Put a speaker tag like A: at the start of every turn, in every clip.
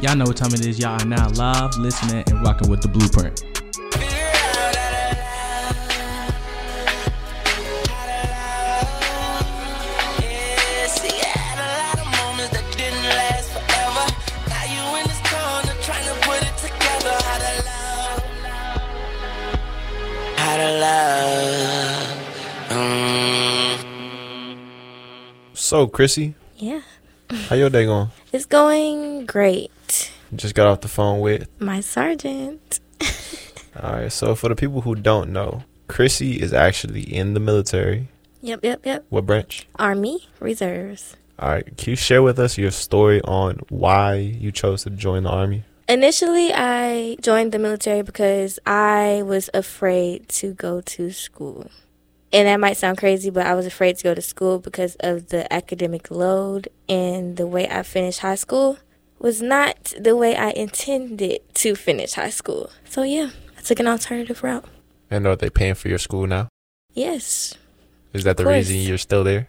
A: Y'all know what time it is. Y'all are now live, listening, and rocking with the blueprint.
B: So, Chrissy,
C: Yeah.
B: how your day going?
C: It's going great.
B: Just got off the phone with.
C: My sergeant.
B: All right. So, for the people who don't know, Chrissy is actually in the military.
C: Yep, yep, yep.
B: What branch?
C: Army Reserves.
B: All right. Can you share with us your story on why you chose to join the army?
C: Initially, I joined the military because I was afraid to go to school. And that might sound crazy, but I was afraid to go to school because of the academic load and the way I finished high school was not the way I intended to finish high school. So, yeah, I took an alternative route.
B: And are they paying for your school now?
C: Yes.
B: Is that the
C: Of course.
B: reason you're still there?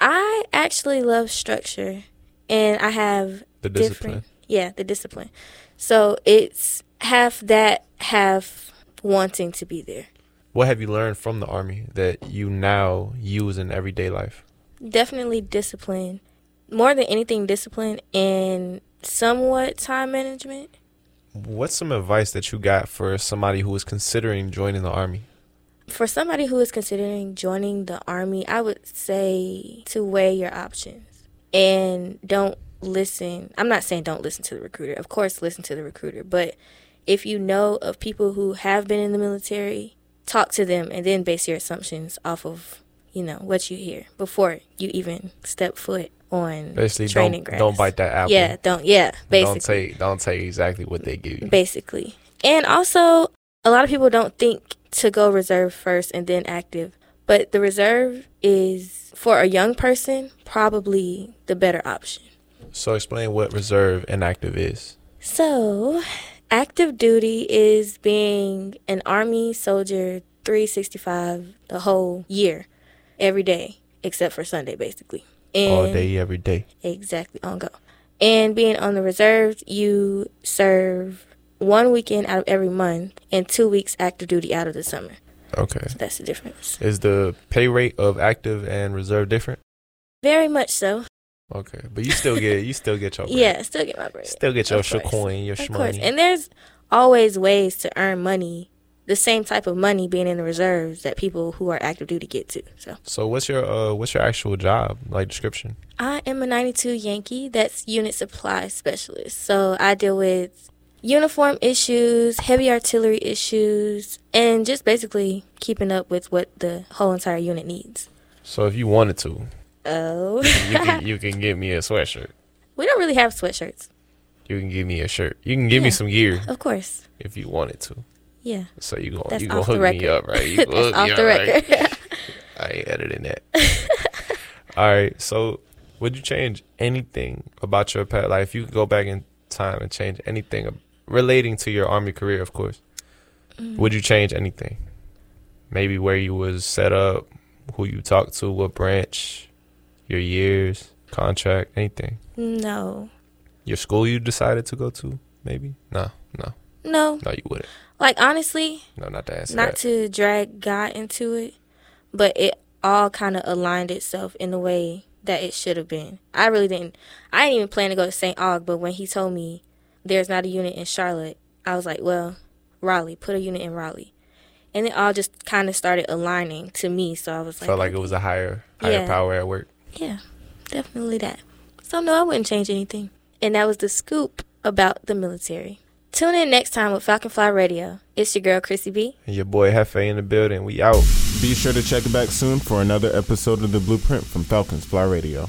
C: I actually love structure, and I have
B: The discipline.
C: different. Yeah, the discipline. So it's half that, half wanting to be there.
B: What have you learned from the army that you now use in everyday life?
C: Definitely discipline. More than anything, discipline and somewhat time management.
B: What's some advice that you got for somebody who is considering joining the army?
C: For somebody who is considering joining the army, I would say to weigh your options and don't listen. I'm not saying don't listen to the recruiter. Of course, listen to the recruiter. But if you know of people who have been in the military, talk to them and then base your assumptions off of, you know, what you hear before you even step foot on
B: Basically,
C: training
B: don't
C: grounds.
B: don't bite that apple.
C: Yeah, don't. Yeah, basically.
B: Don't take don't take exactly what they give you.
C: basically. And also, a lot of people don't think to go reserve first and then active, but the reserve is for a young person probably the better option.
B: So explain what reserve inactive is.
C: So, active duty is being an army soldier 365 the whole year, every day except for Sunday basically. And
B: All day, every day.
C: Exactly, on go. And being on the reserves, you serve one weekend out of every month and two weeks active duty out of the summer.
B: Okay.
C: That's the difference.
B: Is the pay rate of active and reserve different?
C: Very much so.
B: Okay. But you still get you still get your bread.
C: Yeah, still get my bread.
B: Still get your
C: Of course.
B: shacoin, your
C: Of course.
B: shmoney.
C: And there's always ways to earn money, the same type of money being in the reserves that people who are active duty get to. So
B: So what's your uh what's your actual job like description?
C: I am a 92 Yankee. That's unit supply specialist. So I deal with uniform issues, heavy artillery issues, and just basically keeping up with what the whole entire unit needs.
B: So if you wanted to,
C: Oh.
B: you can, you can get me a sweatshirt.
C: we don't really have sweatshirts.
B: You can give me a shirt. You can give me
C: Yeah.
B: some gear
C: Of course.
B: if you wanted to.
C: Yeah.
B: So you gonna
C: That's
B: you gonna
C: off the
B: hook
C: record.
B: me up, right? You
C: That's
B: gonna hook
C: off
B: me
C: the
B: up, right?
C: record.
B: I ain't editing that. All right. So, would you change anything about your past? Like, if you could go back in time and change anything relating to your army career, of course,
C: Mm.
B: would you change anything? Maybe where you was set up, who you talked to, what branch, your years, contract, anything.
C: no.
B: Your school you decided to go to, maybe? No, no,
C: No.
B: no, you wouldn't.
C: Like, honestly,
B: No, not to answer
C: not
B: that.
C: to drag God into it, but it all kind of aligned itself in the way that it should have been. I really didn't. I didn't even plan to go to St. Aug, but when he told me there's not a unit in Charlotte, I was like, well, Raleigh, put a unit in Raleigh, and it all just kind of started aligning to me. So I was like,
B: Felt like it was a higher, higher
C: Yeah.
B: power at work.
C: yeah, definitely that. So no, I wouldn't change anything. And that was the scoop about the military. Tune in next time with Falcon Fly Radio. It's your girl Chrissy B.
B: And your boy Hefe in the building. We out.
D: Be sure to check back soon for another episode of The Blueprint from Falcons Fly Radio.